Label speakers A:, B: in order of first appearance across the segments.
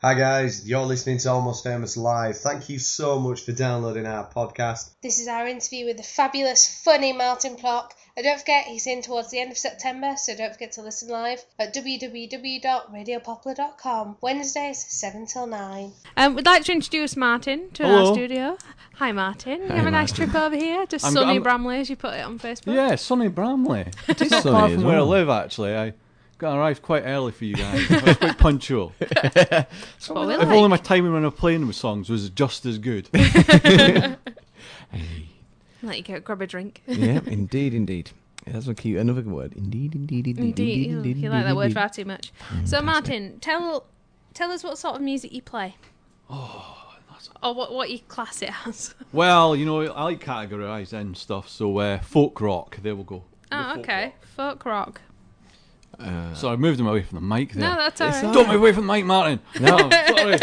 A: Hi guys, you're listening to Almost Famous Live. Thank you so much for downloading our podcast.
B: This is our interview with the fabulous, funny Martin Plock. And don't forget, he's in towards the end of September, so don't forget to listen live at www.radiopoplar.com, Wednesdays 7 till 9.
C: Um, we'd like to introduce Martin to
D: Hello.
C: our studio. Hi, Martin. you
D: Hey,
C: have a nice
D: Martin.
C: trip over here to
D: I'm-
C: sunny
D: I'm-
C: Bramley, as you put it on Facebook.
D: Yeah, sunny Bramley. It is
E: not
D: sunny
E: far
D: as
E: from where I
D: well.
E: live, actually. I got arrived quite early for you guys. I was quite punctual.
C: That's what we
D: If
C: like.
D: only my timing when I was playing with songs was just as good.
C: Let you go grab a drink.
F: yeah, indeed, indeed. Yeah, That's a cute another good word. Indeed, indeed, indeed,
C: Indeed, you,
F: indeed,
C: you like that word
F: indeed.
C: far too much. So, Martin, tell tell us what sort of music you play. Oh, or what what you class it as.
D: well, you know, I like categorised and stuff, so uh, folk rock, there we go.
C: Oh, okay, folk rock.
D: So I moved him away from the mic there.
C: No, that's alright.
D: Don't move away from the mic, Martin.
F: No,
D: Sorry.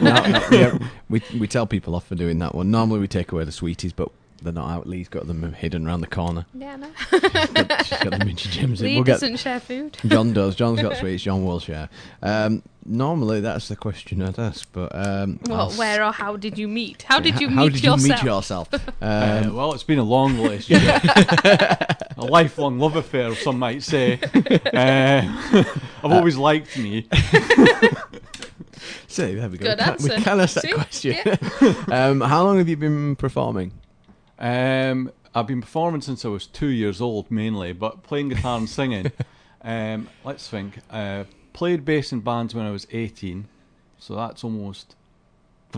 F: no, no, yeah, we we tell people off for doing that one. Normally we take away the sweeties, but they're not out. Lee's got them hidden round the corner.
C: Yeah, no.
F: Got- She's got the Minty Gems in.
C: Lee
F: We'll get
C: doesn't share food.
F: John does. John's got sweets. John will share. Um, normally that's the question I'd ask, but um, I'll
C: What,
F: s-
C: where, or how did you meet? How did you
F: how
C: meet
F: did you
C: yourself?
F: meet yourself?
D: Uh,
F: Um,
D: well, it's been a long relationship, a lifelong love affair, some might say. Uh, I've always liked me.
F: so there we go.
C: Good
F: we, can, we
C: answer.
F: can ask that
C: See?
F: question. um, how long have you been performing?
D: Um, I've been performing since I was two years old, mainly, but playing guitar and singing. um, let's think. Uh, played bass in bands when I was 18, so that's almost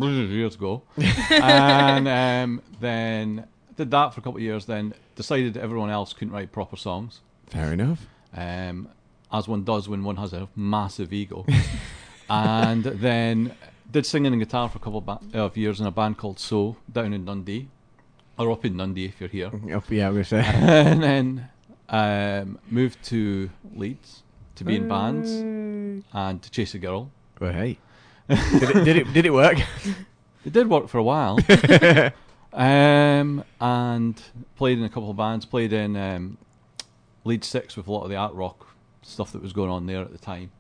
D: years ago. and um, then did that for a couple of years. Then decided everyone else couldn't write proper songs,
F: Fair enough.
D: um, as one does when one has a massive ego. and then did singing and guitar for a couple of, ba- of years in a band called So down in Dundee, or up in Dundee if you're here
F: Yep, Oh, Yeah, I'm gonna say.
D: and then um, moved to Leeds to be in bands and to chase a girl.
F: Well, hey, did it, did it did it work?
D: It did work for a while. um, and played in a couple of bands. Played in um, Leeds Six with a lot of the art rock stuff that was going on there at the time.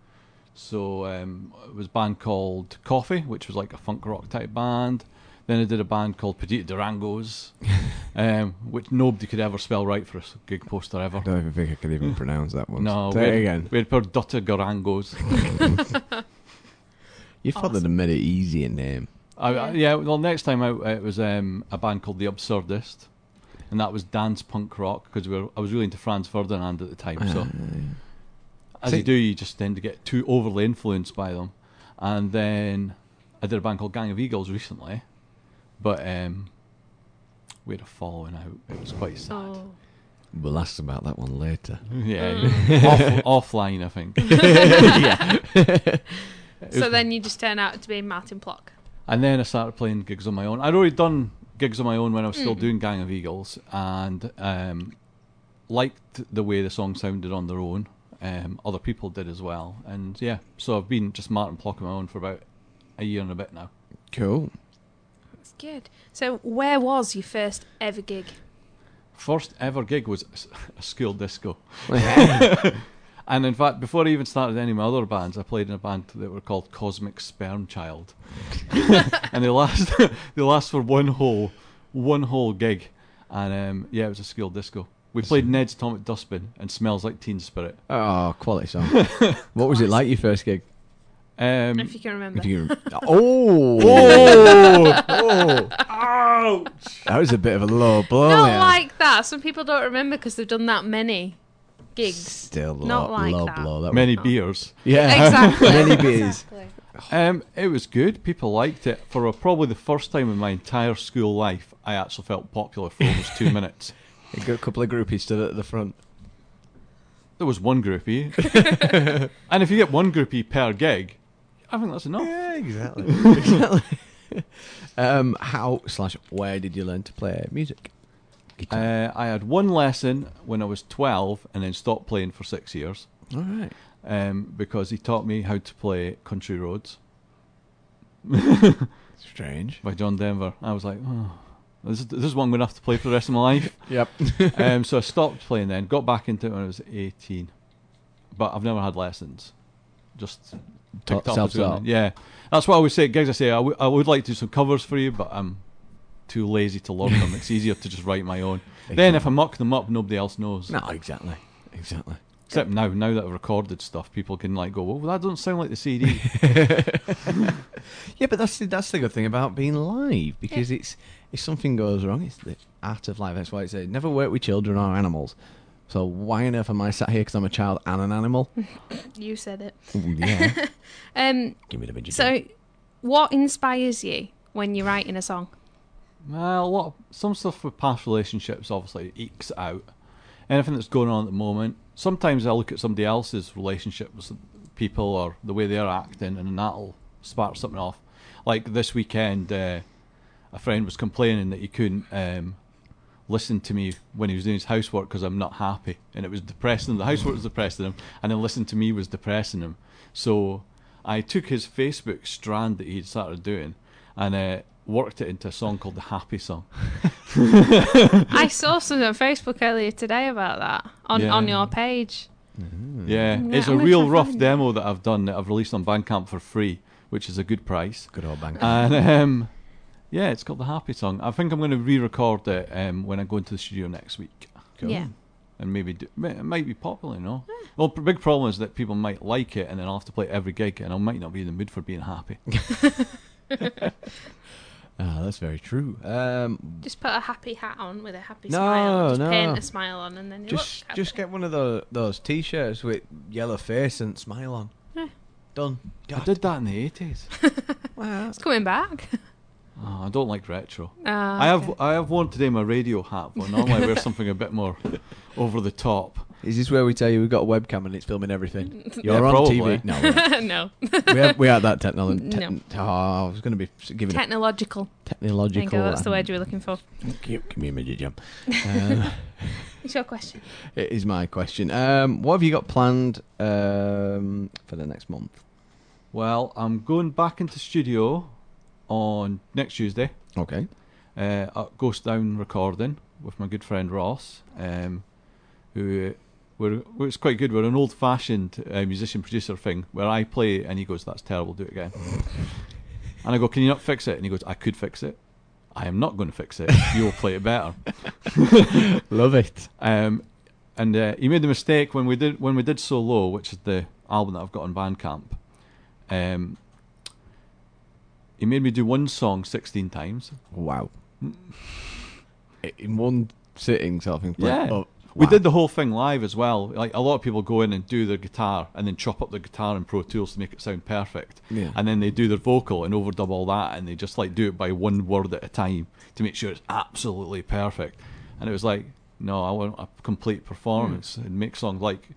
D: So um, it was a band called Coffee, which was like a funk rock type band. Then I did a band called Petite Durangos, um, which nobody could ever spell right for a s- gig poster ever.
F: I don't even think I could even pronounce that one.
D: No,
F: say
D: we're-
F: it again.
D: We're Perdotta Garangos.
F: Your father awesome. made it easy in name.
D: I, I, yeah, well, next time out, uh, it was um, a band called The Absurdist, and that was dance punk rock because we were, I was really into Franz Ferdinand at the time. So, as you
F: See-
D: do, you just tend to get too overly influenced by them. And then I did a band called Gang of Eagles recently, but um, we had a following out. It was quite sad.
C: Oh.
F: We'll ask about that one later.
D: Yeah, yeah. Off, offline, I think.
C: So then you just turn out to be Martin Plock.
D: And then I started playing gigs on my own. I'd already done gigs on my own when I was still doing Gang of Eagles and um, liked the way the song sounded on their own. Um, other people did as well. And yeah, so I've been just Martin Plock on my own for about a year and a bit now.
F: Cool.
C: That's good. So where was your first ever gig?
D: First ever gig was a s- a school disco. And in fact, before I even started any of my other bands, I played in a band that were called Cosmic Sperm Child, and they last they last for one whole one whole gig, and um, yeah, it was a school disco. We played Ned's Atomic Dustbin and Smells Like Teen Spirit.
F: Oh, quality song. what was it like your first gig?
D: Um,
C: if you can remember.
F: If you can- oh,
D: oh,
F: that was a bit of a low blow.
C: Not
F: there.
C: like that. Some people don't remember because they've done that many gigs.
F: still low,
C: Not like
F: low
C: that.
F: blow. That
D: many
F: was,
D: beers.
F: yeah,
C: Exactly.
F: many beers.
B: Exactly.
D: Um, it was good. People liked it. For a, probably the first time in my entire school life, I actually felt popular for almost two minutes.
F: You got a couple of groupies stood at the front.
D: There was one groupie, and if you get one groupie per gig, I think that's enough.
F: Yeah, exactly. exactly. um, how slash where did you learn to play music? Guitar.
D: Uh, I had one lesson when I was twelve, and then stopped playing for six years
F: All right.
D: um, because he taught me how to play "Country Roads"
F: Strange.
D: by John Denver. I was like, oh, this is, this is what I'm going to have to play for the rest of my life.
F: Yep.
D: um, so I stopped playing then, got back into it when I was 18. But I've never had lessons. Just picked up. as well.
F: Self-taught.
D: Yeah. That's why I always say, guys, I say, I, w- I would like to do some covers for you, but I'm too lazy to learn them. It's easier to just write my own. Then if I muck them up, nobody else knows.
F: No, exactly. Exactly.
D: Except now, now that I've recorded stuff, people can like go, well, that doesn't sound like the CD.
F: Yeah, but that's the, that's the good thing about being live because it's if something goes wrong, it's the art of life. That's why it's said never work with children or animals. So why on earth am I sat here because I'm a child and an animal?
C: You said it.
F: yeah,
C: Um,
F: give me the midget.
C: so, what inspires you when you're writing a song?
D: Well, a lot of, some stuff with past relationships obviously ekes it out. Anything that's going on at the moment. Sometimes I look at somebody else's relationship with some people or the way they're acting, and that'll spark something off. Like this weekend, uh, a friend was complaining that he couldn't um, listen to me when he was doing his housework because I'm not happy, and it was depressing. The housework was depressing him, and then listening to me was depressing him. So I took his Facebook strand that he'd started doing and uh, worked it into a song called the Happy Song.
C: I saw something on Facebook earlier today about that on,
D: Yeah.
C: on your page.
D: Yeah,
C: Mm, Yeah,
D: it's a
C: I'm gonna
D: real
C: try
D: rough
C: find it.
D: demo that I've done that I've released on Bandcamp for free, which is a good price.
F: Good old bank.
D: And um, yeah, it's called the Happy Song. I think I'm going to re-record it um, when I go into the studio next week.
C: Yeah.
D: and maybe do, m- it might be popular, you know. Well, p- big problem is that people might like it, and then I'll have to play it every gig, and I might not be in the mood for being happy.
F: Ah, that's very true. Um,
C: Just put a happy hat on with a happy
F: No,
C: smile. Just
F: no.
C: paint a smile on and then you
F: just
C: look happy.
F: just get one of the, those t-shirts with yellow face and smile on. Done.
D: I did that in the eighties.
F: Well,
C: It's coming back.
D: Oh, I don't like retro.
C: Ah,
D: I have
C: okay.
D: I have worn today my radio hat, but normally I wear something a bit more over the top.
F: is this where we tell you we've got a webcam and it's filming everything? You're on
D: probably.
F: TV. No, we're not.
C: no.
F: we have we have that technology.
C: No.
F: Oh, I was going to be giving a
C: Technological.
F: technological.
C: Bingo, that's the word you were looking for.
F: Give, give me a midget jump. Uh,
C: It's your question.
F: it is my question. Um, what have you got planned um, for the next month?
D: Well, I'm going back into studio on next Tuesday.
F: Okay.
D: uh, at Ghost Down recording with my good friend Ross, um, who uh, we're, we're, it's quite good. We're an old fashioned uh, musician producer thing where I play and he goes, That's terrible, do it again. and I go, Can you not fix it? And he goes, I could fix it. I am not going to fix it. You'll play it better.
F: Love it.
D: Um, and uh, he made the mistake when we did when we did So Low, which is the album that I've got on Bandcamp. Um, he made me do one song sixteen times.
F: Wow. In one sitting, sort of thing.
D: Yeah.
F: Oh,
D: We
F: wow.
D: did the whole thing live as well. Like a lot of people go in and do their guitar and then chop up their guitar in Pro Tools to make it sound perfect.
F: Yeah.
D: And then they do their vocal and overdub all that and they just like do it by one word at a time to make sure it's absolutely perfect. And it was like, no, I want a complete performance and make songs like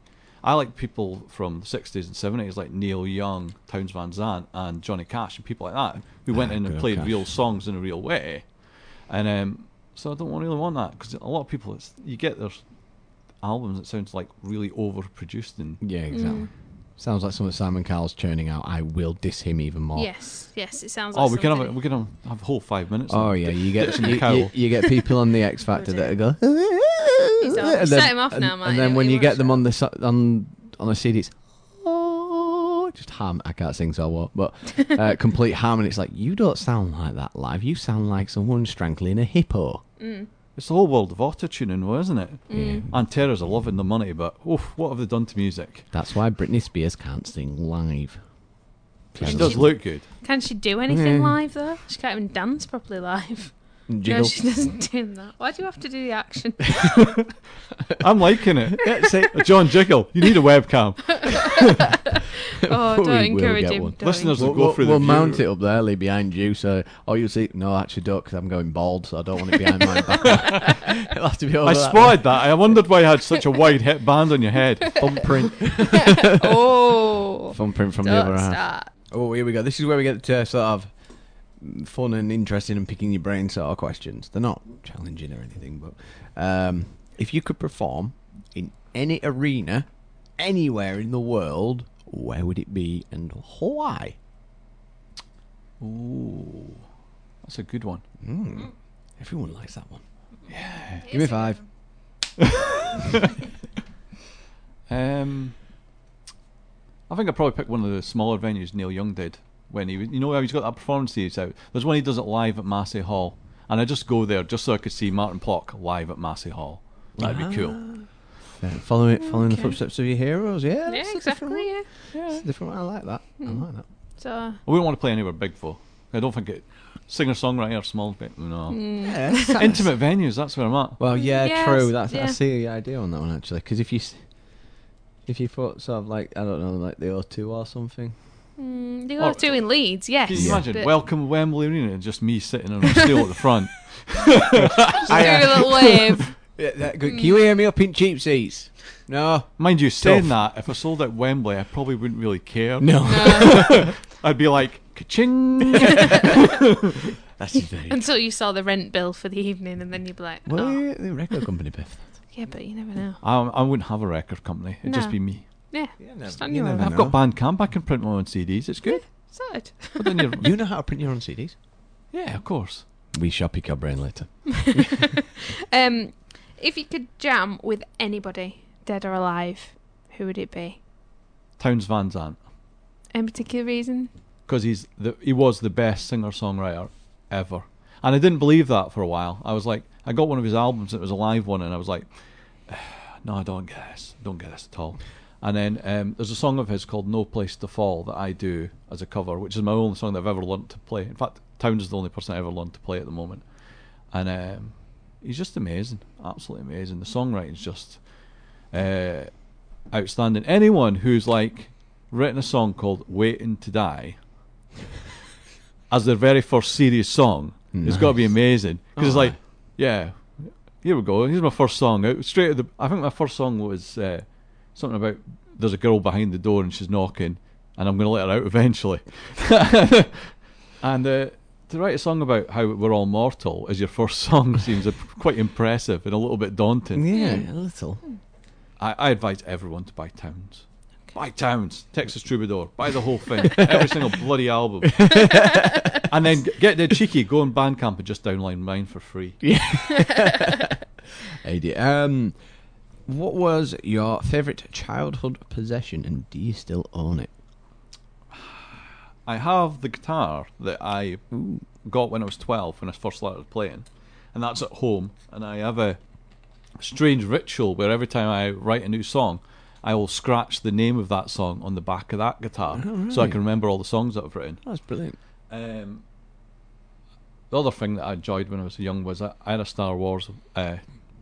D: I like people from the sixties and seventies like Neil Young, Towns Van Zandt and Johnny Cash and people like that who went in and
F: good
D: played
F: Cash.
D: real songs in a real way. And um, so I don't wa- really want that because a lot of people, it's, you get their albums that sounds like really overproduced and
F: Yeah,
C: Mm.
F: exactly. Sounds like something Simon Cowell's churning out. I will diss him even more.
C: Yes, yes, it sounds like
D: oh, we can have a,
C: something.
D: we can have, have a whole five minutes.
F: Oh
D: on
F: yeah,
D: it.
F: you get
D: Dixon
F: you, you,
D: Cowell.
F: you get people on the X Factor that go.
C: all- set him off
F: and,
C: now, mate.
F: And then
C: He-
F: when
C: he
F: you
C: wants
F: get them
C: it.
F: on the so- on on a CD, it's oh, just harm. I can't sing, so I won't. But uh, complete harmony. It's like you don't sound like that live. You sound like someone strangling a hippo.
D: It's the whole world of auto tuning, though, isn't it?
C: Mm.
D: And terrors are loving the money, but oof, what have they done to music?
F: That's why Britney Spears can't sing live.
D: She does look good.
C: Can she do anything live though? She can't even dance properly live. No,
F: Jiggle.
C: she doesn't do that. Why do you have to do the action? Oh,
D: I'm liking it. John Jiggle, you need a webcam.
C: Oh,
F: We will
C: don't encourage
F: get
C: him.
F: one.
C: Don't
D: Listeners
C: encourage-
D: will go through the
F: we'll
D: view.
F: mount it up there, Lee, behind you. So, oh, you see, no, actually, don't, because I'm going bald, so I don't want it behind my back. It'll have to be over
D: I
F: that
D: spotted that. I wondered why you had such a wide hip band on your head.
F: thumbprint,
C: Oh,
F: thumbprint from the
C: don't
F: other half.
C: start.
F: Oh, here we go. This is where we get to uh, sort of fun and interesting and picking your brain sort of questions. They're not challenging or anything, but um, if you could perform in any arena, anywhere in the world, where would it be and why?
D: Ooh, that's a good one.
F: Everyone likes that one. Yeah. Give me five.
D: Um, I think I probably picked one of the smaller venues Neil Young did when he was, you know, how he's got that performance series out. There's one he does it live at Massey Hall, and I just go there just so I could see Martin Plock live at Massey Hall. That'd be cool.
F: Uh, following following the footsteps of your heroes, yeah.
C: Mm, Yeah,
F: that's a different
C: exactly.
F: one.
C: Yeah. Mm.
F: That's a different one. I like that. I like that.
C: So,
D: I wouldn't want to play anywhere big though. I don't think it. Singer songwriter, small bit, no.
F: Hmm. Yeah.
D: Intimate venues, that's where I'm at.
F: Well, yeah,
C: Mm, Yes,
F: true. That's I
C: yeah.
F: see the idea on that one actually. Because if you s- if you thought sort of like I don't know like the O2 or something,
C: mm, they are doing Leeds, yes.
D: Can you imagine?
C: but-
D: Welcome Wembley Arena, and just me sitting on a stool at the front.
C: Just do a little wave.
F: can
C: Mm.
F: you hear me up in cheap seats? No,
D: Mind you, saying that, if I sold out Wembley, I probably wouldn't really care.
F: no.
D: I'd be like, ka-ching.
F: That's very.
C: Until you saw the rent bill for the evening, and then you'd be like, oh,
F: Well, yeah, the record company Biff.
C: yeah, but you never know.
D: I, I wouldn't have a record company. It'd just
C: No.
D: be me.
C: Yeah,
F: never-
C: just on
F: you
C: your
F: never
C: own.
F: know.
D: I've got Bandcamp. I can print my own CDs. It's good.
C: Sorted.
D: But then you're-
F: You know how to print your own CDs?
D: yeah, of course.
F: We shall pick your brain later.
C: Um, if you could jam with anybody, dead or alive, who would it be?
D: Towns Van Zandt.
C: Any particular reason?
D: Because he's the, he was the best singer songwriter ever. And I didn't believe that for a while. I was like, I got one of his albums. It was a live one, and I was like, no, I don't get this. Don't get this at all. And then um, there's a song of his called "No Place to Fall" that I do as a cover, which is my only song that I've ever learned to play. In fact, Towns is the only person I ever learned to play at the moment, and um, he's just amazing, absolutely amazing. The songwriting's just uh, outstanding. Anyone who's like written a song called "Waiting to Die" as their very first serious song has got to be amazing because it's like, yeah, here we go. Here's my first song. It was straight at the. I think my first song was uh, something about there's a girl behind the door and she's knocking, and I'm going to let her out eventually. and uh, to write a song about how we're all mortal as your first song seems a, quite impressive and a little bit daunting.
F: Yeah, a little.
D: I, I advise everyone to buy Towns. Buy Towns, Texas Troubadour, buy the whole thing, every single bloody album, and then g- get the cheeky, go on Bandcamp and just download mine for free.
F: AD. Um, what was your favourite childhood possession, and do you still own it?
D: I have the guitar that I got when I was 12 when I first started playing, and that's at home. And I have a strange ritual where every time I write a new song, I will scratch the name of that song on the back of that guitar so I
F: right.
D: can remember all the songs that I've written.
F: That's brilliant.
D: Um, the other thing that I enjoyed when I was young was I, I had a Star Wars uh,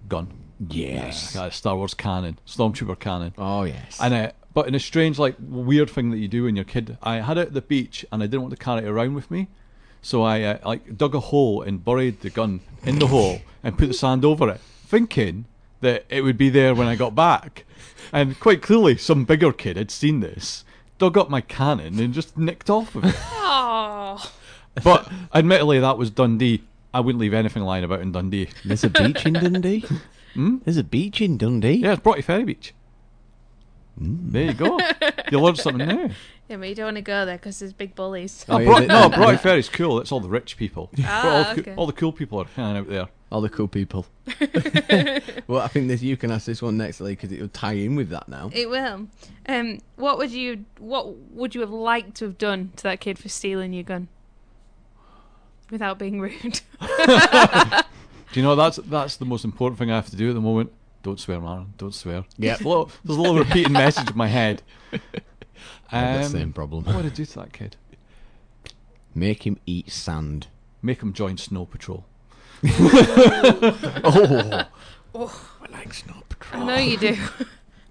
D: gun,
F: Yes.
D: I had a Star Wars cannon, Stormtrooper cannon.
F: Oh yes.
D: And uh, but in a strange, like weird thing that you do when you're a kid, I had it at the beach and I didn't want to carry it around with me, so I uh, like dug a hole and buried the gun in the hole and put the sand over it, thinking that it would be there when I got back. And quite clearly, some bigger kid had seen this, dug up my cannon and just nicked off of it.
C: Oh,
D: But admittedly, that was Dundee. I wouldn't leave anything lying about in Dundee.
F: There's a beach in Dundee. There's a beach in Dundee.
D: Yeah, it's Broughty Ferry Beach. There you go. You learned something new.
C: yeah, but you don't want to go there because there's big bullies.
F: Oh, yeah,
D: Bro-
F: the-
D: no,
F: the-
D: Broughty Ferry's cool. It's all the rich people.
C: Ah,
D: all, the, coo-
C: okay.
D: all the cool people are hanging out there.
F: All the cool people. well, I think this you can ask this one next, Lee, because it'll tie in with that now.
C: It will. Um, what would you What would you have liked to have done to that kid for stealing your gun? Without being rude.
D: Do you know that's that's the most important thing I have to do at the moment? Don't swear, Maron. Don't swear.
F: Yeah.
D: There's a little, there's a little repeating message in my head.
F: Had that
D: Um,
F: same problem.
D: What did I do to that kid?
F: Make him eat sand.
D: Make him join Snow Patrol.
F: Oh.
C: I know you do.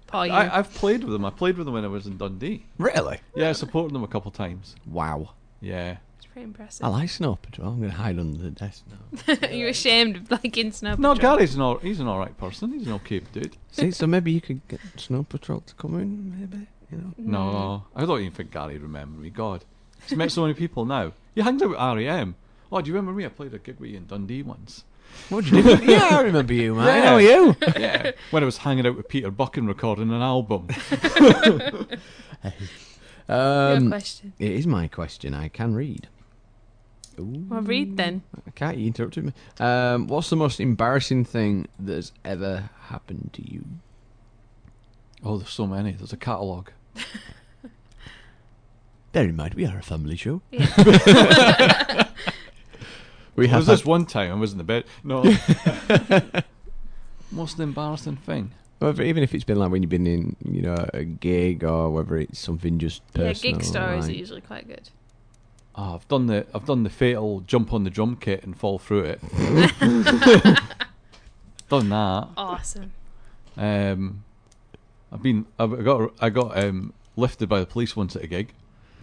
C: Paul, you.
D: I, I've played with them. I played with them when I was in Dundee.
F: Really?
D: Yeah, I supported them a couple of times.
F: Wow.
D: Yeah.
C: it's pretty impressive.
F: I like Snow Patrol. I'm going to hide under the desk now.
C: You're ashamed of liking Snow
D: No,
C: Patrol.
D: Gary's an all, he's an all right person. He's an okay dude.
F: See, so maybe you could get Snow Patrol to come in, maybe. You know.
D: No,
F: Mm.
D: I don't even think Gary'd remember me. God, he's met so many people now. He hangs out with REM. Oh, do you remember me? I played a gig with you in Dundee once.
F: What do you do? yeah, I remember you, man.
D: Yeah.
F: How are you?
D: Yeah, when I was hanging out with Peter Buck and recording an album.
C: Your
F: Um,
C: question.
F: it is my question. I can read.
C: Well, read then.
F: Can't you interrupted me? Um, what's the most embarrassing thing that's ever happened to you?
D: Oh, there's so many. There's a catalogue.
F: Bear in mind, we are a family show. we
D: There
F: have
D: was this one time I was in the bed. No. Most embarrassing thing.
F: Whether, even if it's been like when you've been in, you know, a gig or whether it's something just
C: Yeah,
F: personal.
C: gig stories are
F: like-
C: usually quite good.
D: Oh, I've done the I've done the fatal jump on the drum kit and fall through it. done that.
C: Awesome.
D: Um, I've been I've got I got um, lifted by the police once at a gig.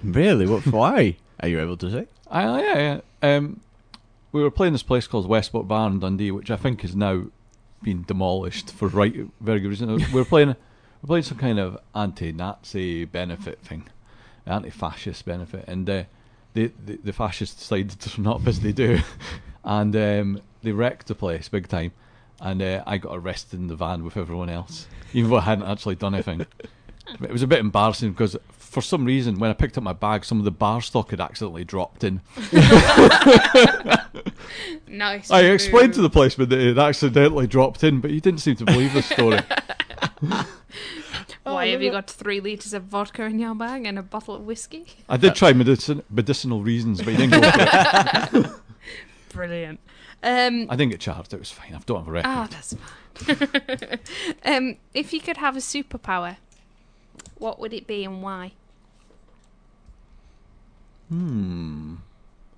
F: Really? What? Why? Are you able to say?
D: I, Ah, yeah, yeah. Um, we were playing this place called Westport Bar in Dundee, which I think is now been demolished for right very good reason. We were playing we were playing some kind of anti-Nazi benefit thing, anti-fascist benefit, and uh, the, the the fascists decided to turn up as they do, and um, they wrecked the place big time, and uh, I got arrested in the van with everyone else, even though I hadn't actually done anything. It was a bit embarrassing because for some reason when I picked up my bag, some of the bar stock had accidentally dropped in.
C: Nice.
D: I explained to the policeman that it had accidentally dropped in, but he didn't seem to believe the story.
C: Why
D: Oh,
C: have you got three litres of vodka in your bag and a bottle of whiskey?
D: I did try medicin- medicinal reasons, but he didn't go for it.
C: Brilliant. Um,
D: I didn't get charged. It was fine. I don't have a record.
C: ah, that's fine. um, if you could have a superpower, what would it be and why?
D: A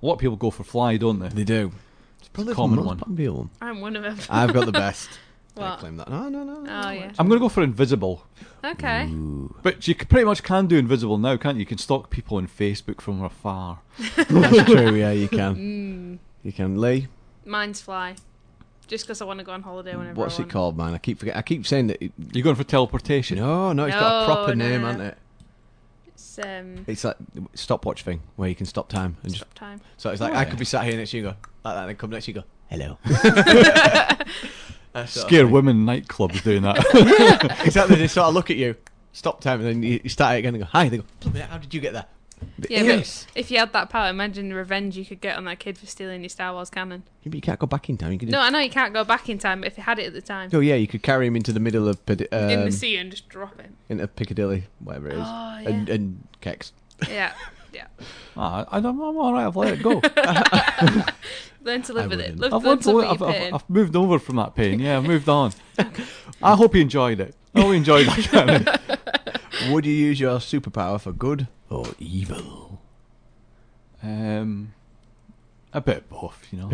D: lot of people go for fly, don't they?
F: They do. It's probably
D: a common one.
F: one.
C: I'm one of them.
F: I've got the best. I
C: What?
F: claim that. No, no, no.
C: Oh yeah.
D: I'm going to go for invisible,
C: Okay.
F: Mm.
D: but you c- pretty much can do invisible now, can't you? You can stalk people on Facebook from afar.
F: That's true. Yeah, you can.
C: Mm.
F: You can. Lee,
C: Mine's fly. Just because I want to go on holiday whenever
F: what's
C: I
F: it
C: want.
F: called, man? I keep forget. I keep saying that. It, oh,
D: You're going for teleportation.
F: no, no, it's got a
C: No,
F: proper
C: no,
F: name,
C: no,
F: hasn't
C: no.
F: it?
C: It's um,
F: It's like the stopwatch thing where you can stop time and just.
C: stop time.
F: So it's like I could be sat here next to you, and go like that, and then come next to you, and go hello. That sort of
D: Scare
F: thing.
D: women in nightclubs doing that.
F: Exactly. They sort of look at you, stop time, and then you you start it again and go hi. They go, "Bloody hell, how did you get there?
C: Yeah,
F: yes.
C: but if you had that power, imagine the revenge you could get on that kid for stealing your Star Wars cannon.
F: Yeah, but you can't go back in time. You can. Just,
C: No, I know you can't go back in time, but if you had it at the time,
F: Oh yeah, you could carry him into the middle of Pedi- um,
C: in the sea and just drop him.
F: into Piccadilly, whatever it is,
C: Oh, yeah.
F: and, and Kex.
C: Yeah, yeah.
D: ah, I, I'm, I'm all right. I've let it go.
C: Learn to live with it.
F: wouldn't.
C: Live,
D: I've,
C: learn
D: learned
C: to
D: to,
C: live with
D: I've,
C: your
D: I've,
C: pain.
D: I've moved over from that pain. Yeah, I've moved on. I hope you enjoyed it. I hope you enjoyed that. Karen.
F: Would you use your superpower for good or evil?
D: Um, a bit of both, you know.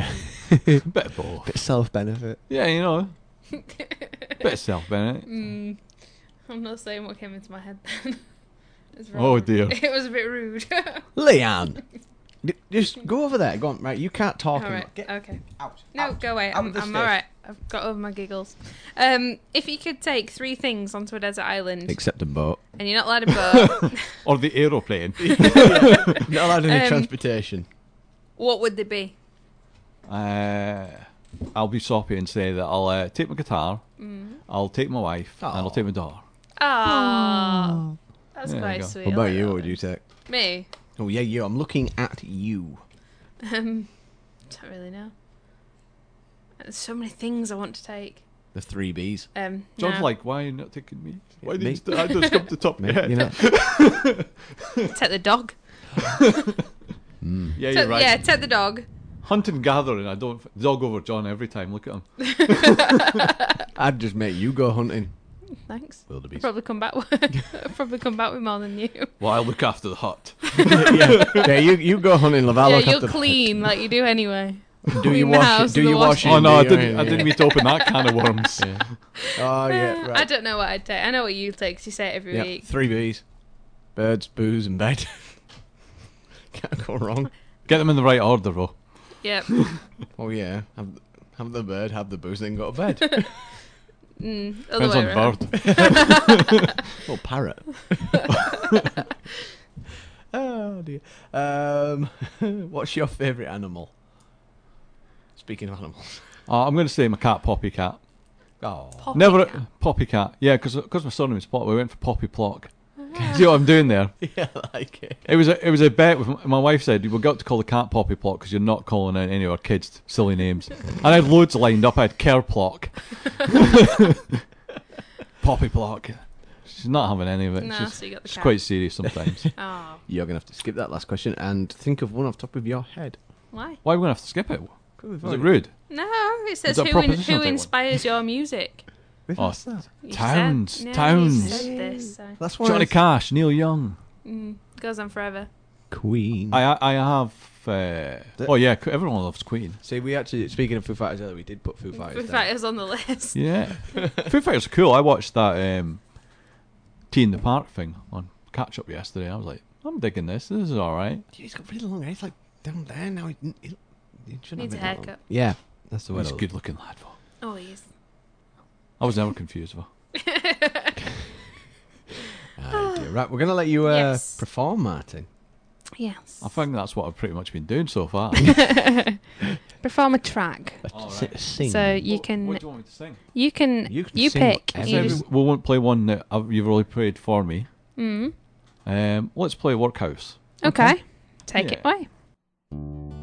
D: a bit of both.
F: Bit self benefit.
D: Yeah, you know. bit of self Bennett.
C: I'm not saying what came into my head then. It was
D: Oh
C: wrong.
D: dear.
C: It was a bit rude.
F: Leanne, d- just go over there. Go on, right? You can't talk.
C: all
F: and-
C: right.
F: Get
C: Okay.
F: out.
C: No,
F: out.
C: go away.
F: Out
C: I'm,
F: of the
C: I'm
F: stage.
C: all right. I've got over my giggles. Um, if you could take three things onto a desert island
F: Except a boat.
C: and you're not allowed a boat,
D: Or the aeroplane.
F: Not allowed any
C: Um,
F: transportation.
C: what would they be?
D: uh, I'll be soppy and say that I'll uh, take my guitar, I'll take my wife, and I'll
F: Aw.
D: take my daughter.
C: Ah, that's
D: There you
C: quite
D: go.
C: sweet.
F: What
C: I
F: about
C: like
F: you?
C: that
F: What would
C: one.
F: you take?
C: Me?
F: Oh yeah, you. I'm looking at you.
C: Um, don't really know. There's so many things I want to take.
F: The three Bs.
C: Um,
D: John's
C: no.
D: like, why are you not taking me? Why
F: Me?
D: didn't I just come to top?
F: Mate,
D: Yeah,
F: You know,
C: take the dog.
F: Mm.
D: yeah,
C: Ta-
D: you're right.
C: Yeah, take the dog.
D: Hunt and gathering. I don't dog over John every time. Look at him.
F: I'd just make you go hunting.
C: Thanks. I'll
F: Wildebeest.
C: probably come back. With, I'll probably come back with more than you.
D: Well, I look after the hut.
F: yeah. yeah, you you go hunting, love. I'll
C: yeah,
F: look
C: you'll
F: after the-
C: clean like you do anyway.
F: Do you
C: clean the
F: wash
C: house
F: it? Do
C: and
F: you
C: the
F: wash it?
D: oh no, I
F: Do you-
D: didn't. I didn't mean to open that can of worms.
F: Yeah. Oh yeah, right.
C: Uh, I don't know what I'd take. I know what you take. 'cause you say it every
F: Yeah,
C: week.
F: three Bs: birds, booze, and bed. Can't go wrong.
D: Get them in the right order, though.
C: Yep.
F: Oh yeah, have have the bird, have the booze, then go to bed.
C: Mm, other
D: Depends
C: way
D: on
C: around.
D: bird.
F: Little parrot. oh dear. Um, what's your favourite animal? Speaking of animals,
D: Uh, I'm going to say my cat, Poppy Cat.
F: oh,
C: Poppy
D: Never
C: cat.
D: Poppy Cat. Yeah, because my surname is Poppy. We went for Poppy Plock. Do you know what I'm doing there?
F: yeah, I like it.
D: It was a, it was a bet. With my, my wife said we've got to call the cat Poppy Plock because you're not calling out any of our kids silly names. And I had loads lined up. I had Care Plock, Poppy Plock. She's not having any of it.
C: No,
D: she's
C: so you got the
D: she's
C: cat.
D: quite serious sometimes.
C: Oh,
F: You're gonna have to skip that last question and think of one off top of your head.
C: why?
D: Why are we gonna have to skip it? Is it rude?
C: No, it says
D: that
C: who, in,
D: propositional
C: who
D: thing one?
C: inspires your music.
F: We've
D: Oh,
F: asked that.
C: You said-
D: Towns,
C: no, you
D: towns.
C: said this, so-
F: That's why I
D: Johnny
F: was-
D: Cash, Neil Young.
C: Mm, goes on forever.
F: Queen.
D: I I, I have. Uh,
F: Mm. The-
D: oh yeah, Qu- everyone loves Queen.
F: See, we actually speaking of Foo Fighters earlier, we did put Foo Fighters.
C: Foo
F: down.
C: Fighters on the list.
D: Yeah, Foo Fighters are cool. I watched that um, Tea in the Park thing on catch up yesterday. I was like, I'm digging this. This is all right.
F: Dude, he's got really long hair. It's like down there now. He, he, he shouldn't
C: Needs a
F: have it that long.
C: haircut.
F: Yeah, that's the way.
D: He's a
F: I
D: good looking lad. though.
C: Oh, he is.
D: I was never confused with. her.
F: look. Ah, dear. Right, we're gonna let you uh,
C: Yes.
F: perform, Martin.
C: Yes.
F: Oh,
D: I think that's what I've pretty much been doing so far.
C: Perform a track,
F: S- Sing.
C: so you can
D: What do you want me to sing?
C: you can
F: You can
C: you
F: sing
C: pick.
F: whatever
C: You
F: you
C: just,
D: Um, we won't play one that I've, you've already played for me.
C: mm,
D: Um, let's play Workhouse.
C: okay. Take it
D: Yeah.
C: away.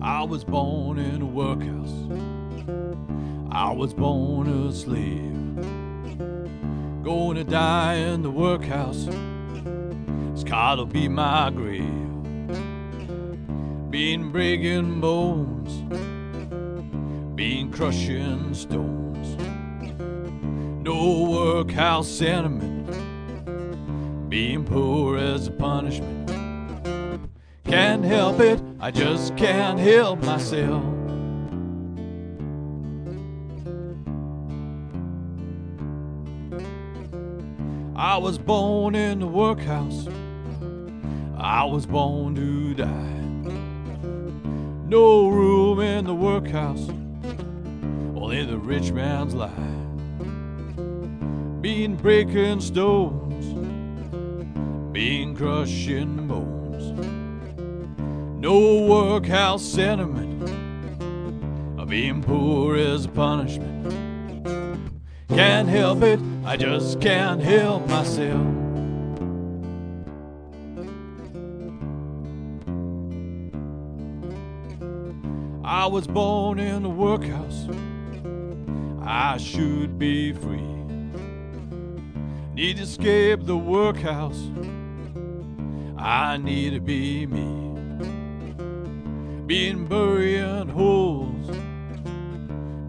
D: I was born in a workhouse. I was born a slave. Gonna die in the workhouse. Scott'll be my grave. Been breaking bones. Been crushing stones. No workhouse sentiment. Being poor is a punishment. Can't help it, I just can't help myself. I was born in the workhouse. I was born to die. No room in the workhouse, only the rich man's life. Being breaking stones, being crushing bones. No workhouse sentiment of being poor is a punishment. Can't help it, I just can't help myself. I was born in a workhouse, I should be free. Need to escape the workhouse, I need to be me been burying holes,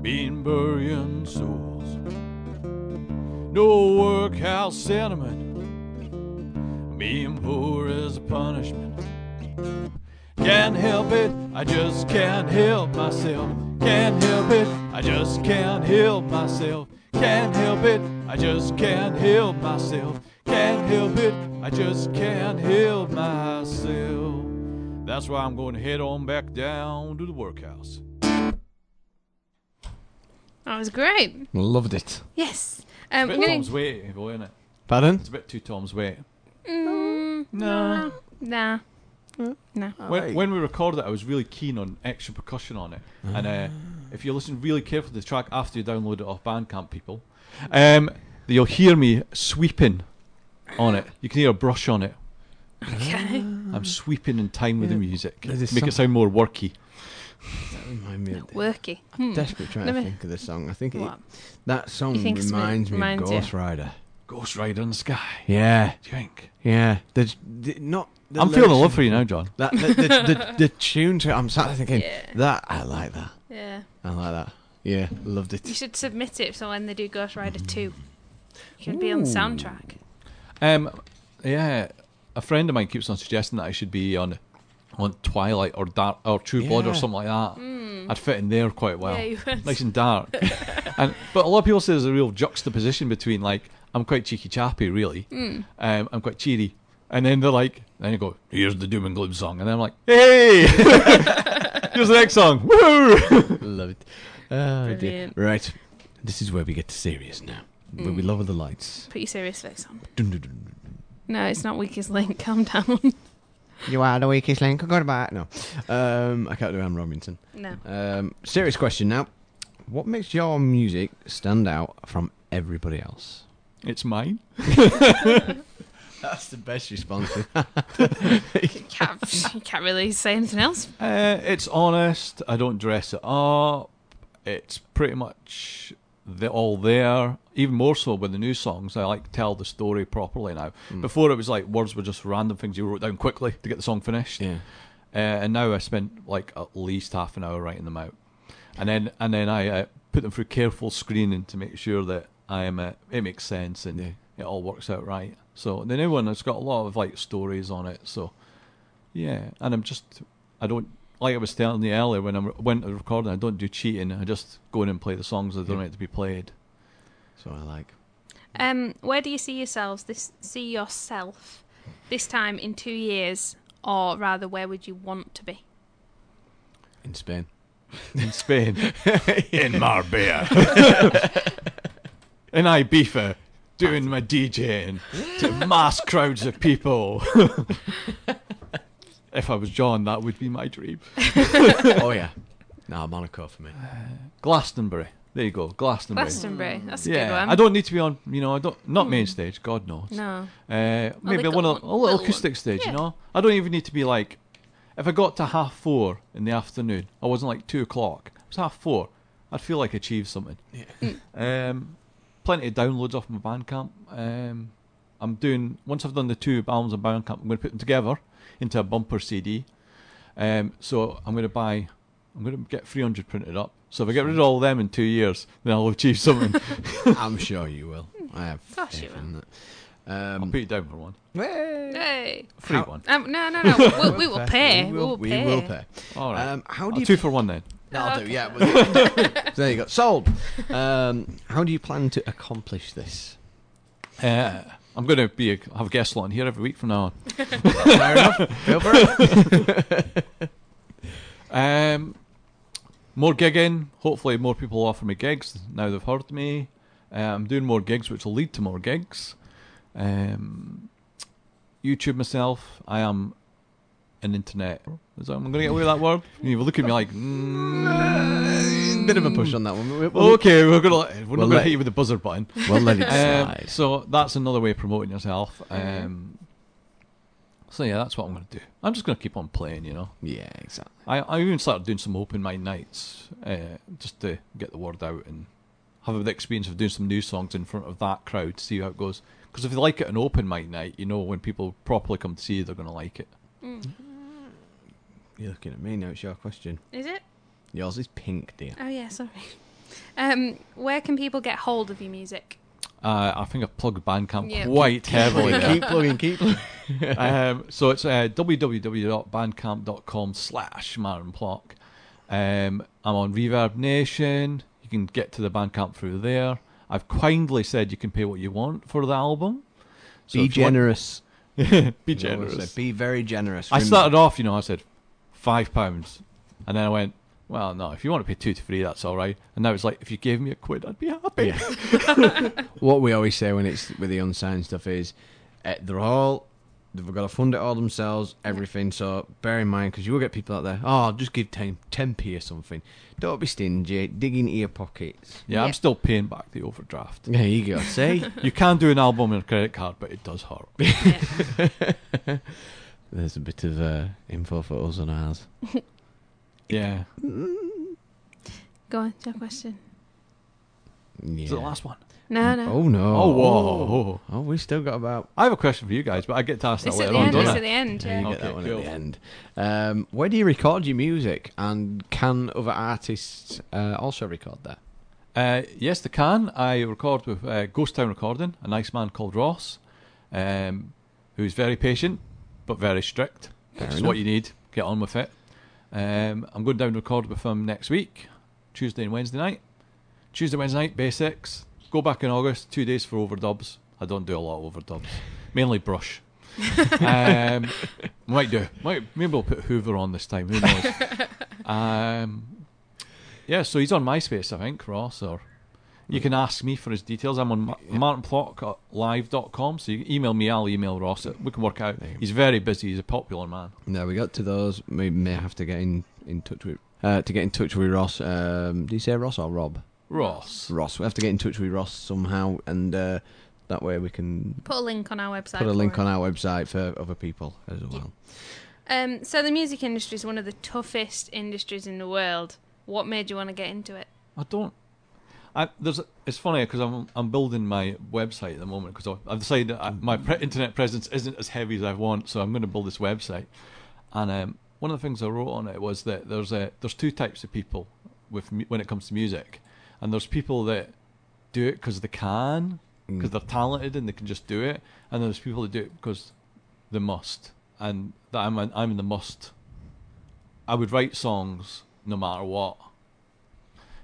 D: been burying souls. No workhouse sentiment, being poor is a punishment. Can't help it, I just can't help myself. Can't help it, I just can't help myself. Can't help it, I just can't help myself. Can't help it, I just can't help myself. That's why I'm going to head on back down to the workhouse.
C: That was great.
F: Loved it.
C: Yes. Um,
D: bit
C: I'm gonna,
D: Tom's way, though, isn't it?
F: Pardon?
D: It's a bit too Tom's way.
C: mm,
D: No.
C: Nah. No.
F: Oh, Ah.
D: When, when we recorded it, I was really keen on extra percussion on it, and uh, if you listen really carefully to the track after you download it off Bandcamp, people, um, you'll hear me sweeping on it. You can hear a brush on it.
C: Okay.
D: I'm sweeping in time with the music.
F: Mm. There's
D: Make
F: this
D: it sound more worky.
F: That reminds me of
C: Worky. Hmm.
F: desperate trying
C: Let
F: to
C: me-
F: think of this song. I think it,
C: What?
F: that song
C: You think it's-
F: reminds me
C: reminds
F: of
C: you?
F: Ghost Rider.
D: Ghost Rider in the Sky.
F: Yeah,
D: Do you think?
F: yeah. There's the, not. The
D: I'm feeling a
F: lyrics-
D: love for you now, John.
F: That the, the, the, the tune to. it, I'm sat there thinking
C: Yeah.
F: that I like that.
C: Yeah.
F: I like that. Yeah, loved
C: You
F: it.
C: should submit it so when they do Ghost Rider 2, you could be on the
F: Ooh.
C: soundtrack.
D: Um, yeah, a friend of mine keeps on suggesting that I should be on on Twilight or Dark or True Blood
F: Yeah.
D: or something like that. I'd fit in there quite well.
C: Hmm. Yeah, you would.
D: nice and dark. and but a lot of people say there's a real juxtaposition between like I'm quite cheeky chappy really.
C: Hmm.
D: Um, I'm quite cheery. And then they're like, then you go, here's the doom and gloom song, and then I'm like, hey, here's the next song, woo!
F: Love it. Oh, dear.
C: Brilliant. Mm.
F: Right, this is where we get serious now. Where we lower the lights.
C: Put your serious face on.
F: Dun, dun, dun.
C: No, it's not Weakest Link. Calm down.
F: You are the weakest link. Goodbye. No, um, I can't do Anne Robinson.
C: no.
F: Um, serious question now. What makes your music stand out from everybody else?
D: It's mine.
F: That's the best response.
C: You can't, you can't really say anything else.
D: Uh, it's honest. I don't dress it up. It's pretty much the, all there. Even more so with the new songs, I like tell the story properly now.
F: Mm.
D: Before it was like words were just random things you wrote down quickly to get the song finished.
F: yeah.
D: Uh, and now I spent like at least half an hour writing them out, and then and then I uh, put them through careful screening to make sure that I am uh, it makes sense and
F: Yeah.
D: it all works out right. So the new one has got a lot of like stories on it. So yeah, and I'm just I don't like I was telling you earlier when I'm when I'm recording I don't do cheating. I just go in and play the songs that are
F: Yeah.
D: meant to be played.
F: So I like.
C: Um, where do you see yourselves? This see yourself this time in two years, or rather, where would you want to be?
F: In Spain.
D: in Spain. in Marbella. in Ibiza, doing my DJing to mass crowds of people. if I was John, that would be my dream.
F: oh, yeah. No, Monaco for me.
D: Glastonbury. There you go, Glastonbury.
C: Glastonbury. That's a good
D: yeah,
C: one. Hmm.
D: I don't need to be on. You know, I don't not main stage. God knows.
C: No.
D: Uh, maybe
C: little
D: one
C: one-
D: of- a
C: little
D: little
C: one.
D: acoustic stage.
C: Yeah.
D: You know, I don't even need to be like. If I got to half four in the afternoon, I wasn't like two o'clock. It was half four. I'd feel like I achieved something.
F: Mm.
D: Um, plenty of downloads off my Bandcamp. Um, I'm doing once I've done the two albums on Bandcamp, I'm going to put them together into a bumper CD. Um, so I'm going to buy. I'm going to get 300 printed up. So if I get rid of all of them in two years, then I'll achieve something.
F: I'm sure you will. I have
C: Gosh,
F: faith
C: you will.
F: in that.
D: I'll
F: Um,
D: put it down for one.
C: Hey.
D: Free
F: How-
D: one.
C: Um, no, no, no. We'll, we will pay.
F: We
C: We
F: will,
C: will
F: we
C: pay.
F: will pay.
D: All right.
F: Um, how
D: I'll
F: do you
D: two for one then.
F: That'll do, yeah. but- there you go. Sold. Um, how do you plan to accomplish this?
D: Uh, I'm going to be a, have a guest slot on here every week from now
F: Fair enough. Go for it.
D: on. Um, more gigging. Hopefully, more people will offer me gigs now they've heard me. Uh, I'm doing more gigs, which will lead to more gigs. Um, YouTube myself. I am an internet. Is that, I'm going to get away with that word. You look at me like. Mm,
F: Bit of a push on that one. We'll, we'll,
D: Okay, we're gonna we're not
F: We'll
D: gonna
F: let-
D: hit you with the buzzer button.
F: we'll let it
D: Um,
F: slide.
D: so that's another way of promoting yourself. Um, so yeah, that's what I'm going to do. I'm just going to keep on playing, you know.
F: yeah, exactly.
D: I, I even started doing some open mic nights uh, just to get the word out and have the experience of doing some new songs in front of that crowd to see how it goes. Because if they like it an open mic night, you know when people properly come to see you, they're going to like it.
F: You're looking at me now. It's your question.
C: Is it?
F: Yours is pink, dear.
C: Oh yeah. Sorry. Um, where can people get hold of your music?
D: Uh, I think I plugged Bandcamp
C: Yeah.
D: quite heavily. there.
F: keep plugging, keep plugging.
D: um, so it's uh, www.bandcamp.com slash Maren Plock. Um, I'm on Reverb Nation. You can get to the Bandcamp through there. I've kindly said you can pay what you want for the album. So
F: Be
D: if you want-
F: generous.
D: be
F: You always
D: generous.
F: say, Be very generous.
D: I
F: Remember-
D: started off, you know, I said five pounds, and then I went, well, no, if you want to pay two to three, that's all right. And now it's like, if you gave me a quid, I'd be happy.
F: Yeah. what we always say when it's with the unsigned stuff is, uh, eh, they're all They've got to fund it all themselves, everything. So bear in mind, because you will get people out there, oh, just give 10, 10p or something. Don't be stingy. Dig into your pockets.
D: Yeah,
C: Yeah.
D: I'm still paying back the overdraft.
F: There you go. See?
D: You can do an album on a credit card, but it does hurt.
F: There's a bit of uh, info for us and ours.
D: Yeah.
C: Go on, your question.
F: Yeah.
D: Is it the last one?
C: No, no.
F: Oh, no.
D: Oh, whoa.
F: Oh, we still got about.
D: I have a question for you guys, but I get to ask that
C: it's at
D: later
C: the
D: on,
C: end.
D: don't
C: It's
D: I?
C: at the end.
F: You
C: Yeah.
F: get that
D: Okay,
F: one
D: cool.
F: at the end. Um, where do you record your music, and can other artists uh, also record there?
D: Uh, yes, they can. I record with uh, Ghost Town Recording, a nice man called Ross, um, who's very patient but very strict. Which is
F: enough.
D: what you need. Get on with it. Um, I'm going down to record with him next week, Tuesday and Wednesday night. Tuesday, Wednesday night, basics. Go back in August, two days for overdubs. I don't do a lot of overdubs, mainly brush. um, might do. Might maybe we'll put Hoover on this time. Who knows? um, yeah, so he's on MySpace, I think, Ross. Or you can ask me for his details. I'm on martinplock.live.com, so you can email me. I'll email Ross. We can work out. He's very busy. He's a popular man.
F: No, we got to those. We may have to get in, in touch with uh, to get in touch with Ross. Um, do you say Ross or Rob?
D: Ross.
F: Ross. We have to get in touch with Ross somehow, and uh, that way we can
C: Put a link on our website.
F: put a
C: for
F: link
C: it.
F: on our website for other people as well.
C: Um, so the music industry is one of the toughest industries in the world. What made you want to get into it?
D: I don't. I, there's. a- It's funny because I'm I'm building my website at the moment because I've, I've decided that I, my pre- internet presence isn't as heavy as I want, so I'm going to build this website. And um, one of the things I wrote on it was that there's a there's two types of people with mu- when it comes to music, and there's people that do it because they can, because they're talented and they can just do it, and there's people that do it because they must, and that I'm I'm in the must. I would write songs no matter what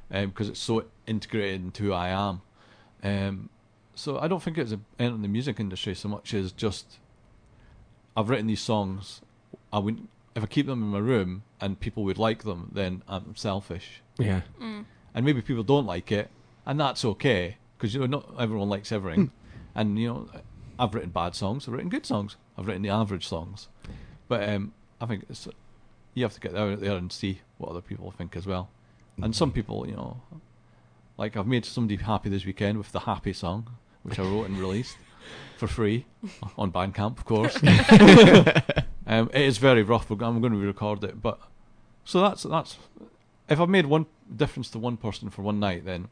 D: because um, it's so integrated into who I am. Um, so I don't think it's a, entering the music industry so much as just I've written these songs. I would if I keep them in my room and people would like them, then I'm selfish.
F: Yeah.
D: And maybe people don't like it, and that's okay because you know not everyone likes everything. and you know, I've written bad songs, I've written good songs, I've written the average songs, but um, I think it's you have to get out there and see what other people think as well. And some people, you know, like I've made somebody happy this weekend with the happy song, which I wrote and released for free on Bandcamp, of course. um, it is very rough. We're go- I'm going to re-record it, but so that's that's. If I've made one difference to one person for one night, then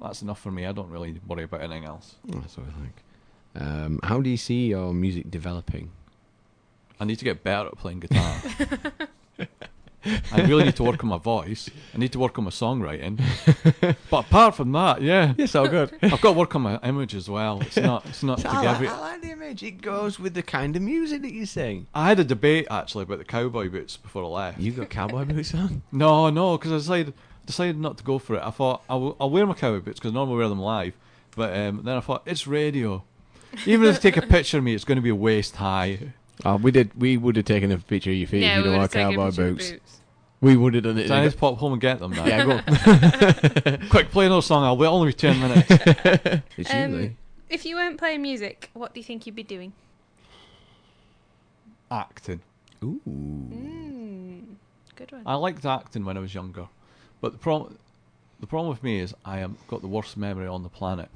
D: that's enough for me. I don't really worry about anything else.
F: Mm. That's what I like. Um, how do you see your music developing?
D: I need to get better at playing guitar. I really need to work on my voice. I need to work on my songwriting. But apart from that, yeah,
F: It's all good.
D: I've got to work on my image as well. It's not. It's not
F: I, like, I
D: together.
F: like the image. It goes with the kind of music that you sing.
D: I had a debate actually about the cowboy boots before I left.
F: You got cowboy boots on?
D: No, no, because I decided decided not to go for it. I thought I will, I'll wear my cowboy boots because normally wear them live, but um, then I thought it's radio. Even if they take a picture of me, it's going to be waist high.
F: Oh, we did. We would have taken a picture of your feet if
C: we
F: you'd have
C: would've
F: wore
C: taken
F: cowboy
C: picture of
F: boots. We would have done it.
D: So I need to pop home and get them now.
F: yeah, go.
D: Quick, play another song. I'll wait only be ten minutes.
F: It's
C: Um, if you weren't playing music, what do you think you'd be doing?
D: Acting.
F: Ooh.
C: Mm, good one.
D: I liked acting when I was younger, but the problem the problem with me is I am got the worst memory on the planet.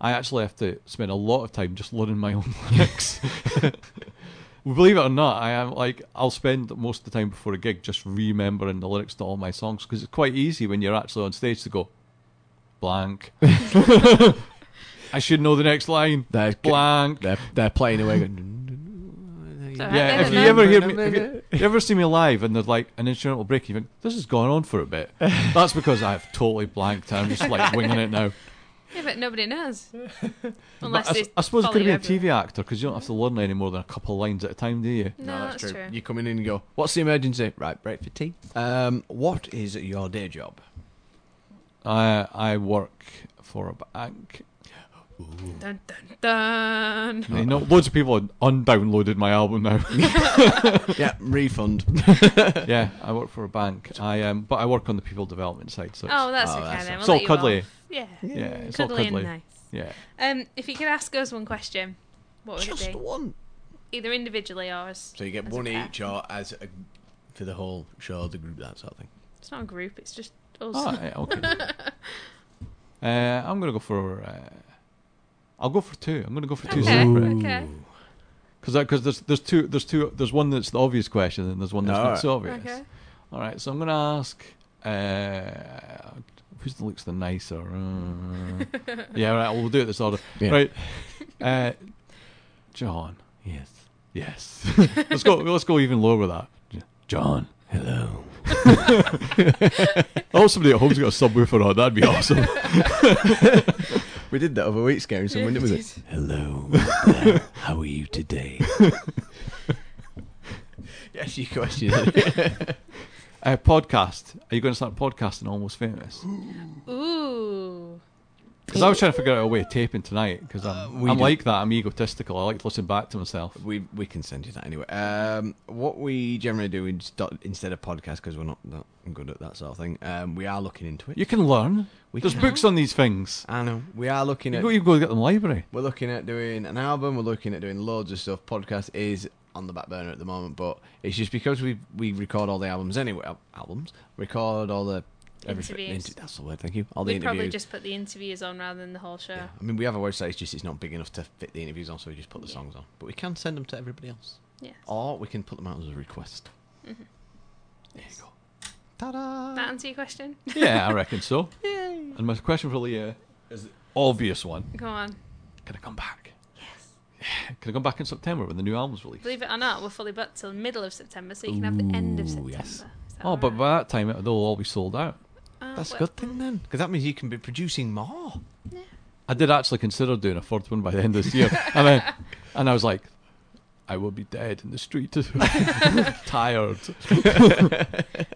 D: I actually have to spend a lot of time just learning my own lyrics. Believe it or not, I am like I'll spend most of the time before a gig just remembering the lyrics to all my songs because it's quite easy when you're actually on stage to go blank. I should know the next line.
F: They're,
D: Blank.
F: they're, they're playing away. Going,
D: Yeah, if you ever hear me, if you, if you ever see me live and there's like an instrumental break, you think this has gone on for a bit. That's because I've totally blanked. I'm just like winging it now.
C: Yeah, but nobody knows.
D: But
C: Unless
D: I,
C: they
D: I suppose it
C: follow
D: could
C: you
D: be a
C: everywhere.
D: TV actor because you don't have to learn any more than a couple of lines at a time, do you?
C: No, that's, true.
F: You come in and you go, "What's the emergency?" Right, break for tea. Um, what is your day job?
D: I I work for a bank.
C: Dun dun dun.
D: You know, loads of people have undownloaded my album now.
F: yeah, refund.
D: yeah, I work for a bank. I um, but I work on the people development side, so
C: Oh, that's
F: Oh,
C: okay
F: that's
C: then.
F: a-
C: We'll
D: it's all
C: let you
D: cuddly.
C: off. Yeah.
D: it's, yeah, it's all
C: cuddly,
D: cuddly.
C: and nice.
D: Yeah,
C: Um, if you could ask us one question, what would it
F: Just
C: be?
F: one.
C: either individually or as.
F: So you get
C: as a
F: one
C: pair.
F: each, or as a, for the whole show, the group, that sort of thing.
C: It's not a group. It's just us.
F: Ah.
D: Oh, right, okay. uh, I'm gonna go for. Uh, I'll go for two. I'm gonna go for two
C: Okay.
D: separate
C: Okay.
D: because because there's there's two there's two there's one that's the obvious question and there's one that's not
F: Alright.
D: so obvious.
C: Okay.
D: All right, so I'm gonna ask. Uh, who's the looks the nicer? Uh, yeah, right. We'll do it this order.
F: Yeah.
D: Right, uh, John.
F: Yes.
D: Yes. let's go. Let's go even lower with that. J- John.
F: Hello.
D: Oh, somebody at home's got a subwoofer on. That'd be awesome.
F: We did that over weeks ago, and someone
C: Yeah,
F: did
C: we
F: with it. Hello. Claire. How are you today? yes, your question.
D: Uh, podcast. Are you going to start podcasting Almost Famous?
C: Ooh.
D: Because I was trying to figure out a way of taping tonight. Because
F: Uh,
D: I'm,
F: we
D: I'm
F: do-
D: like that. I'm egotistical. I like to listen back to myself.
F: we we can send you that anyway. Um, what we generally do is dot- instead of podcast because we're not that good at that sort of thing. Um, we are looking into it.
D: You can learn.
F: We
D: There's
F: can.
D: books on these things.
F: I know we are looking
D: You
F: at.
D: go, you go get them in the library.
F: We're looking at doing an album. We're looking at doing loads of stuff. Podcast is on the back burner at the moment, but it's just because we we record all the albums anyway. al- Albums record all the
C: Interviews.
F: inter- that's the word. Thank you. All the
C: We'd probably
F: interviews.
C: just put the interviews on rather than the whole show.
F: I mean, we have a website. It's just it's not big enough to fit the interviews on, so we just put the songs on. But we can send them to everybody else,
C: Yes.
F: or we can put them out as a request. There you go. Ta-da!
C: That answer your question?
D: Yeah, I reckon so. And my question for Leah is the obvious one.
C: Go on.
D: Can I come back? Yes. Can I come back in September when the new album's released?
C: Believe it or not, we're fully booked till the middle of September, so you can have the end of
F: Ooh,
C: September.
F: yes.
C: Is that
D: Oh, but
C: alright?
D: by that time it- they'll all be sold out.
C: Uh,
F: That's a
C: well,
F: good thing then, because Mm. that means you can be producing more.
D: I did actually consider doing a fourth one by the end of this year, and I, and I was like, I will be dead in the street, tired.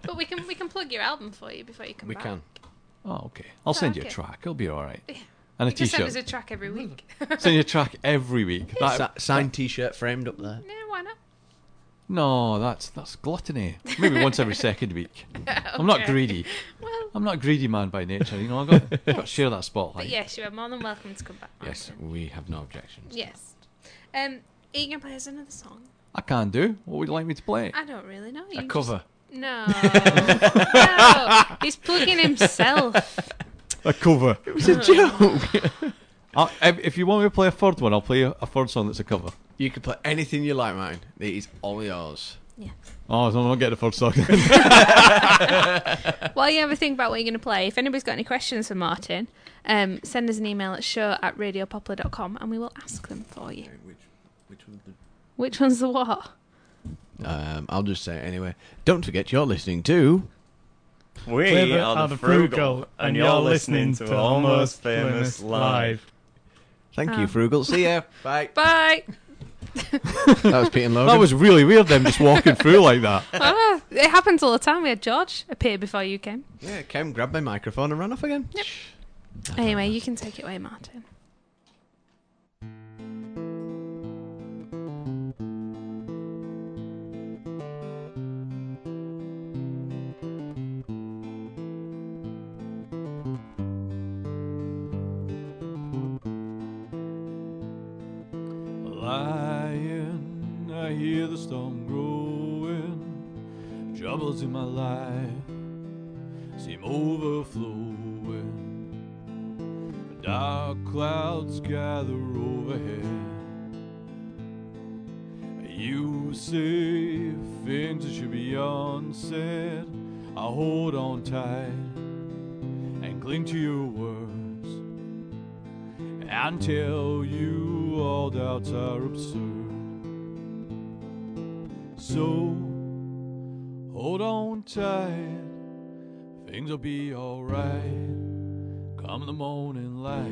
C: But we can we can plug your album for you before you come
F: we
C: back.
F: can.
D: Oh, okay. I'll send you a
C: okay.
D: track. It'll be all right. And a
C: You can send
D: t-shirt.
C: us a track every week.
D: Send you a track every week. That-
F: Sa- signed T-shirt framed up there.
C: yeah, why not?
D: no, that's that's gluttony. Maybe once every second week. I'm not
C: Okay.
D: greedy.
C: Well,
D: I'm not a greedy man by nature. You know, I got, I got to share that spotlight.
C: but yes, you are more than welcome to come back.
F: Yes,
C: Martin.
F: we have no objections.
C: Yes. Um, are you can play us another song.
D: I can do. What would you like me to play?
C: I don't really know. You
F: A
C: just-
F: cover.
C: No. no. He's plugging himself.
D: A cover.
F: It's a joke.
D: Uh, if, if you want me to play a third one, I'll play a, a third song that's a cover.
F: you can play anything you like, mine. It is all yours.
D: Oh, so I'm not getting a third song.
C: While you ever think about what you're going to play, if anybody's got any questions for Martin, um, send us an email at show at radiopoplar.com and we will ask them for you.
F: Which, which one's the
C: Which one's the what?
F: Um, I'll just say it anyway. Don't forget you're listening to.
G: We are the frugal, and you're listening to Almost Famous Live.
F: Thank
D: Um,
F: you, Frugal. See ya. Bye.
C: Bye.
F: That was Pete and Logan.
D: that was really weird, them just walking through like that.
C: Ah, it happens all the time. We had George appear before you came.
F: yeah. Cam grabbed my microphone and ran off again.
C: Anyway, you can take it away, Martin.
D: Lying, I hear the storm growing. Troubles in my life seem overflowing. Dark clouds gather overhead. You say things that should be unsaid. I hold on tight and cling to your words until you all doubts are absurd. So hold on tight, things will be alright. Come the morning light,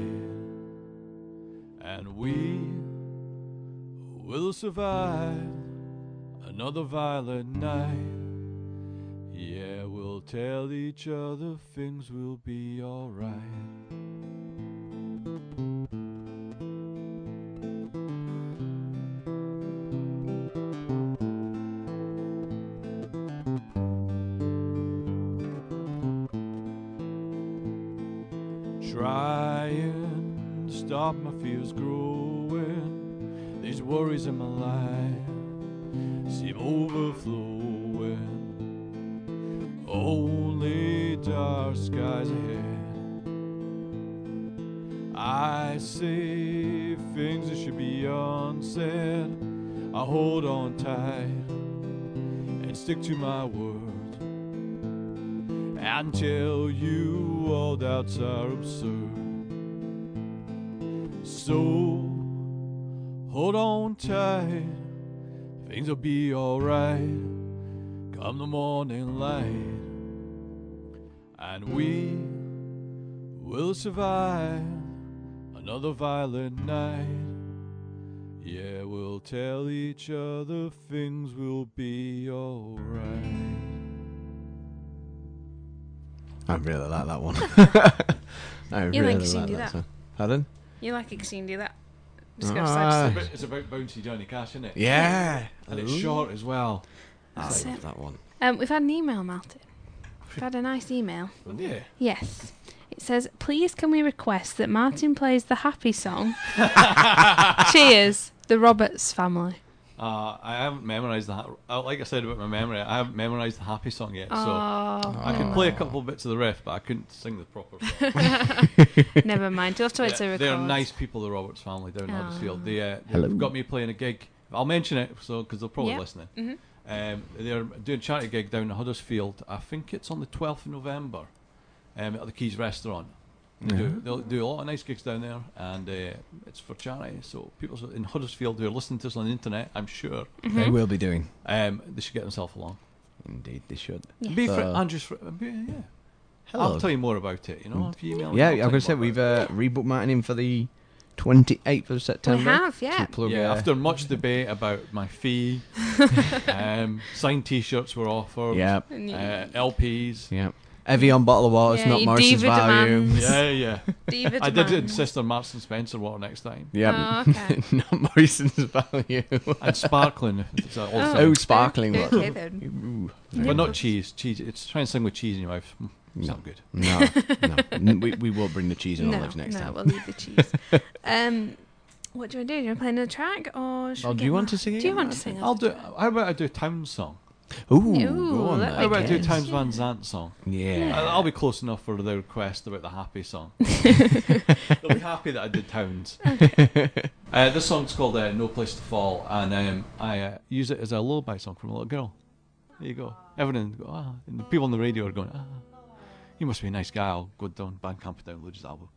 D: and we will survive another violent night. Yeah, we'll tell each other things will be alright. Trying to stop my fears growing. They these worries in my life seem overflowing. Only dark skies ahead. I say things that should be unsaid. I hold on tight and stick to my word and tell you all doubts are absurd. So hold on tight, things will be alright. Come the morning light, and we will survive another violent night. Yeah, we'll tell each other things will be alright.
F: I really like that one. I
C: You
F: really
C: think you should
F: like
C: do
F: that.
C: that?
F: song. Pardon?
C: You like it 'cause you can do that.
F: Ah.
C: Discuss
H: But It's about bouncy Johnny Cash, isn't it?
F: Yeah.
H: And it's short as well.
F: I
C: That's
F: like
C: it.
F: that one.
C: um, We've had an email, Martin. We've had a nice email.
H: Yeah.
C: Yes. It says, please can we request that Martin plays the happy song? Cheers, the Roberts family.
H: Uh, I haven't memorised that. uh, Like I said about my memory, I haven't memorised the happy song yet.
C: Oh,
H: So I can play a couple bits of the riff, but I couldn't sing the proper song.
C: never mind. You'll have to wait till
H: Yeah,
C: record.
H: they're nice people, the Roberts family down in Huddersfield. They, uh, they've got me playing a gig. I'll mention it so because they're probably
C: Yeah.
H: listening. Um, they're doing a charity gig down in Huddersfield. I think it's on the 12th of November um, at the Keys Restaurant. They do, they'll do a lot of nice gigs down there, and uh, it's for charity. So people in Huddersfield who are listening to us on the internet, I'm sure,
C: Mm-hmm.
F: They will be doing.
H: um, they should get themselves along.
F: Indeed, they should.
H: Be fri-
F: So-
H: Andrew's fri- be- yeah.
F: Uh, Hello. Mm.
H: I'll tell you more about it. You know, if you email me,
F: yeah,
H: I'll
F: I'm
H: tell
F: going
H: you
F: to say
H: more
F: we've
H: about
F: uh, rebooked Martin in for the 28th of
C: We
F: September.
C: have, yeah.
F: To plug,
H: it. yeah.
F: uh,
H: After much debate about my fee, um, signed T-shirts were offered.
F: Yeah.
H: Uh,
C: And you-
H: LPs.
F: Yeah. Evian bottle of water, it's
C: Yeah,
F: not
C: you
F: Morris's
C: diva
F: value.
C: demands.
H: Yeah, yeah.
C: Diva
H: I did
C: demands.
H: insist on Marks and Spencer water next time.
F: Yeah.
C: Oh, okay.
F: not Morrison's value.
H: And sparkling. it's an old
C: Oh.
H: thing.
F: oh, sparkling water.
C: Okay, then.
F: Ooh.
H: But not cheese. Cheese. It's trying to sing with cheese in your mouth. Mm, It's not good.
F: No, no. N- We, we will bring the cheese and
C: No,
F: olives next
C: no,
F: time.
C: we'll leave the cheese. um, what do I do? Do you want to play another track, or should
F: Oh,
C: we
F: do
C: get
F: you want
C: Mar-
F: to sing
C: Do you
F: again,
C: want to
F: Martin?
C: sing?
H: I'll do. How about I do a town song?
F: Ooh,
C: Ooh,
F: go
C: that'd
F: on then.
C: be
H: How about I do a
C: Yes.
H: Towns Van Zant song?
F: Yeah.
H: I- I'll be close enough for the request about the happy song. They'll be happy that I did Towns. uh, this song's called uh, No Place to Fall, and um, I uh, use it as a lullaby song from a little girl. There you go. Everyone, go, ah. and the people on the radio are going, ah, you must be a nice guy. I'll go down Bandcamp and download his album.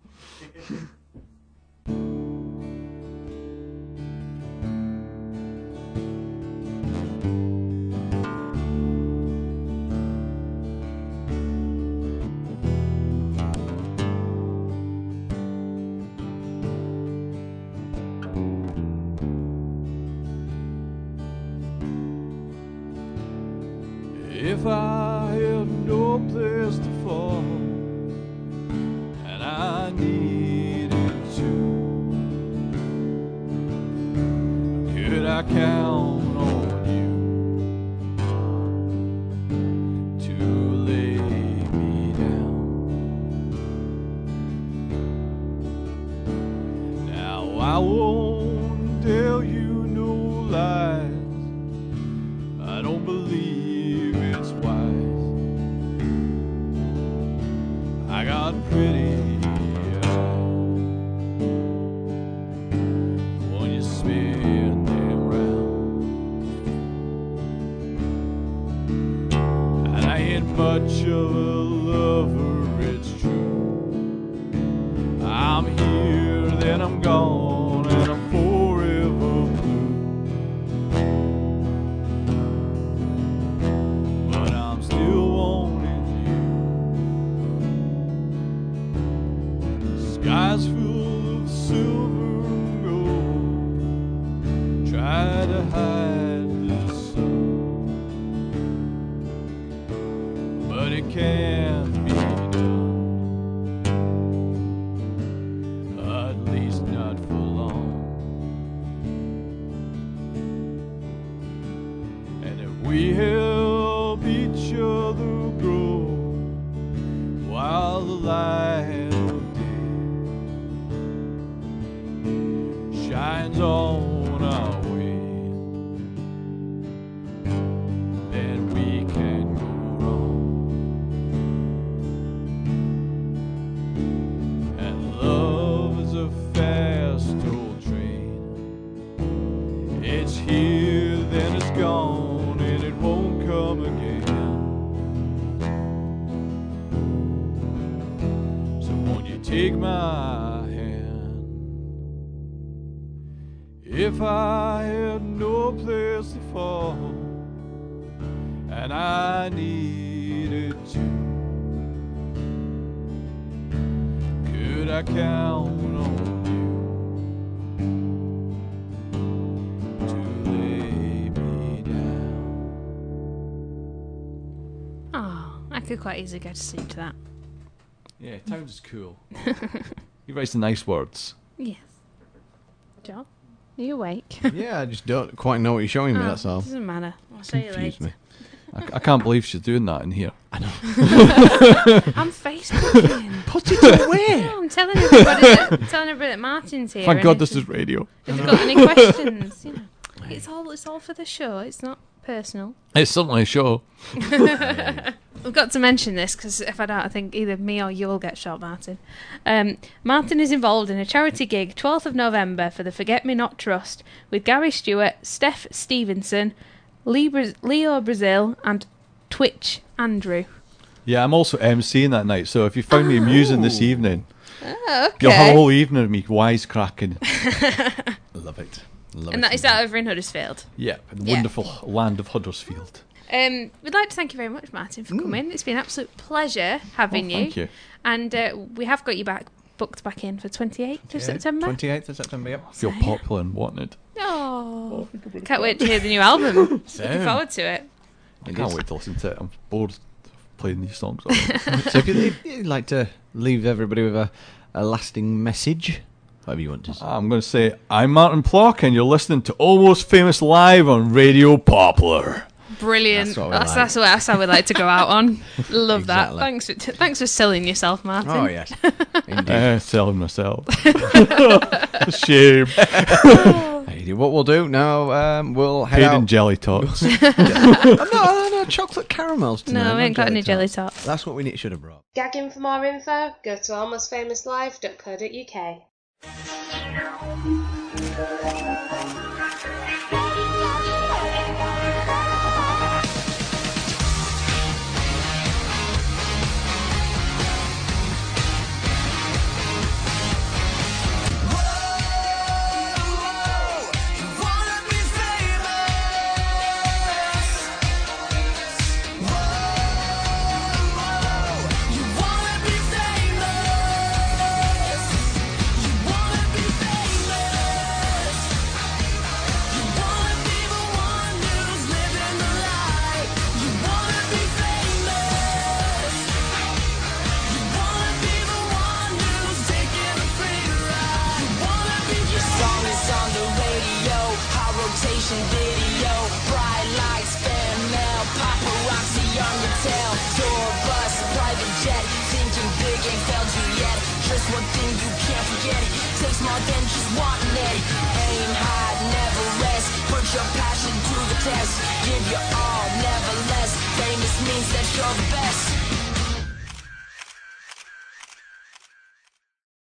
D: If I have no place to fall and I needed to, could I count on you to lay me down? Now I won't tell you no lies. I don't believe it's wise. I got pretty uh, eyes. When you spin them round, and I ain't much of a lover, it's true. I'm here, then I'm gone, and I'm forever blue. but I'm still wanting you. Skies full of silver and gold, try to hide the sun, but it can't be done. At least not for long. And if we help each other grow while the light of day shines on our
E: take my hand. If I had no place to fall, and I needed you, could I count on you to lay me down?
C: Oh, I could quite easily go to sleep to that.
D: Yeah, Towns is cool. he writes the nice words.
C: Yes. John, are you awake?
F: yeah, I just don't quite know what you're showing me.
C: Oh,
F: that's all.
C: Doesn't matter. I'll see you
F: Confused
C: later.
F: me.
D: I, I can't believe she's doing that in here.
C: I'm Facebooking.
F: Put it away.
C: no, I'm telling everybody that, I'm telling everybody that Martin's here.
D: Thank
C: and
D: God
C: if-
D: this is radio.
C: If you've got any questions, you know, it's all it's all for the show. It's not personal.
D: It's certainly a show.
C: We've got to mention this because if I don't, I think either me or you'll get shot, Martin. Um, Martin is involved in a charity gig 12th of November for the Forget Me Not Trust with Gary Stewart, Steph Stevenson, Lee Bra- Leo Brazil, and Twitch Andrew.
D: Yeah, I'm also emceeing that night, so if you found me amusing this evening,
C: Oh, okay.
D: you'll have a whole evening of me wisecracking.
F: Love it. Love
C: and
F: it.
C: that is that over in Huddersfield.
D: Yeah, in the
C: Yeah.
D: wonderful land of Huddersfield.
C: Um, we'd like to thank you very much, Martin, for coming. It's been an absolute pleasure having
D: Mm. Oh, thank you.
C: And uh, we have got you back booked back in for 28th of September.
F: 28th of September. Yep.
D: Feel popular and wanted.
C: Oh, can't wait to hear the new album. Looking forward to it.
D: I
F: It
D: can't
F: is.
D: wait to listen to it. I'm bored of playing these songs. all day.
F: so if you'd, if you'd like to leave everybody with a, a lasting message, whatever you want to say.
D: I'm going to say, I'm Martin Plock, and you're listening to Almost Famous Live on Radio Poplar.
C: Brilliant.
F: That's what we
C: that's,
F: like.
C: that's what that's how we like to go out on. Love that.
F: Exactly.
C: Thanks for thanks for selling yourself, Martin.
F: Oh yes, Uh, indeed.
D: Eh, selling myself. Shame.
F: Hey, What we'll do now, um, we'll head
D: Paid in
F: out.
D: jelly tots.
F: no, no, no, chocolate caramels. Tonight,
C: no, we
F: not
C: ain't got any jelly
F: tarts.
C: tots.
F: That's what we need, should have brought.
B: Gagging for more info? Go to almostfamouslive.co.uk.
I: Song is on the radio, high rotation video, bright lights, fan mail, paparazzi on your tail, tour bus, private jet, thinking big ain't failed you yet. Just one thing you can't forget, takes more than just wanting it. Aim high, never rest, put your passion to the test, give your all, never less. Famous means that you're the best.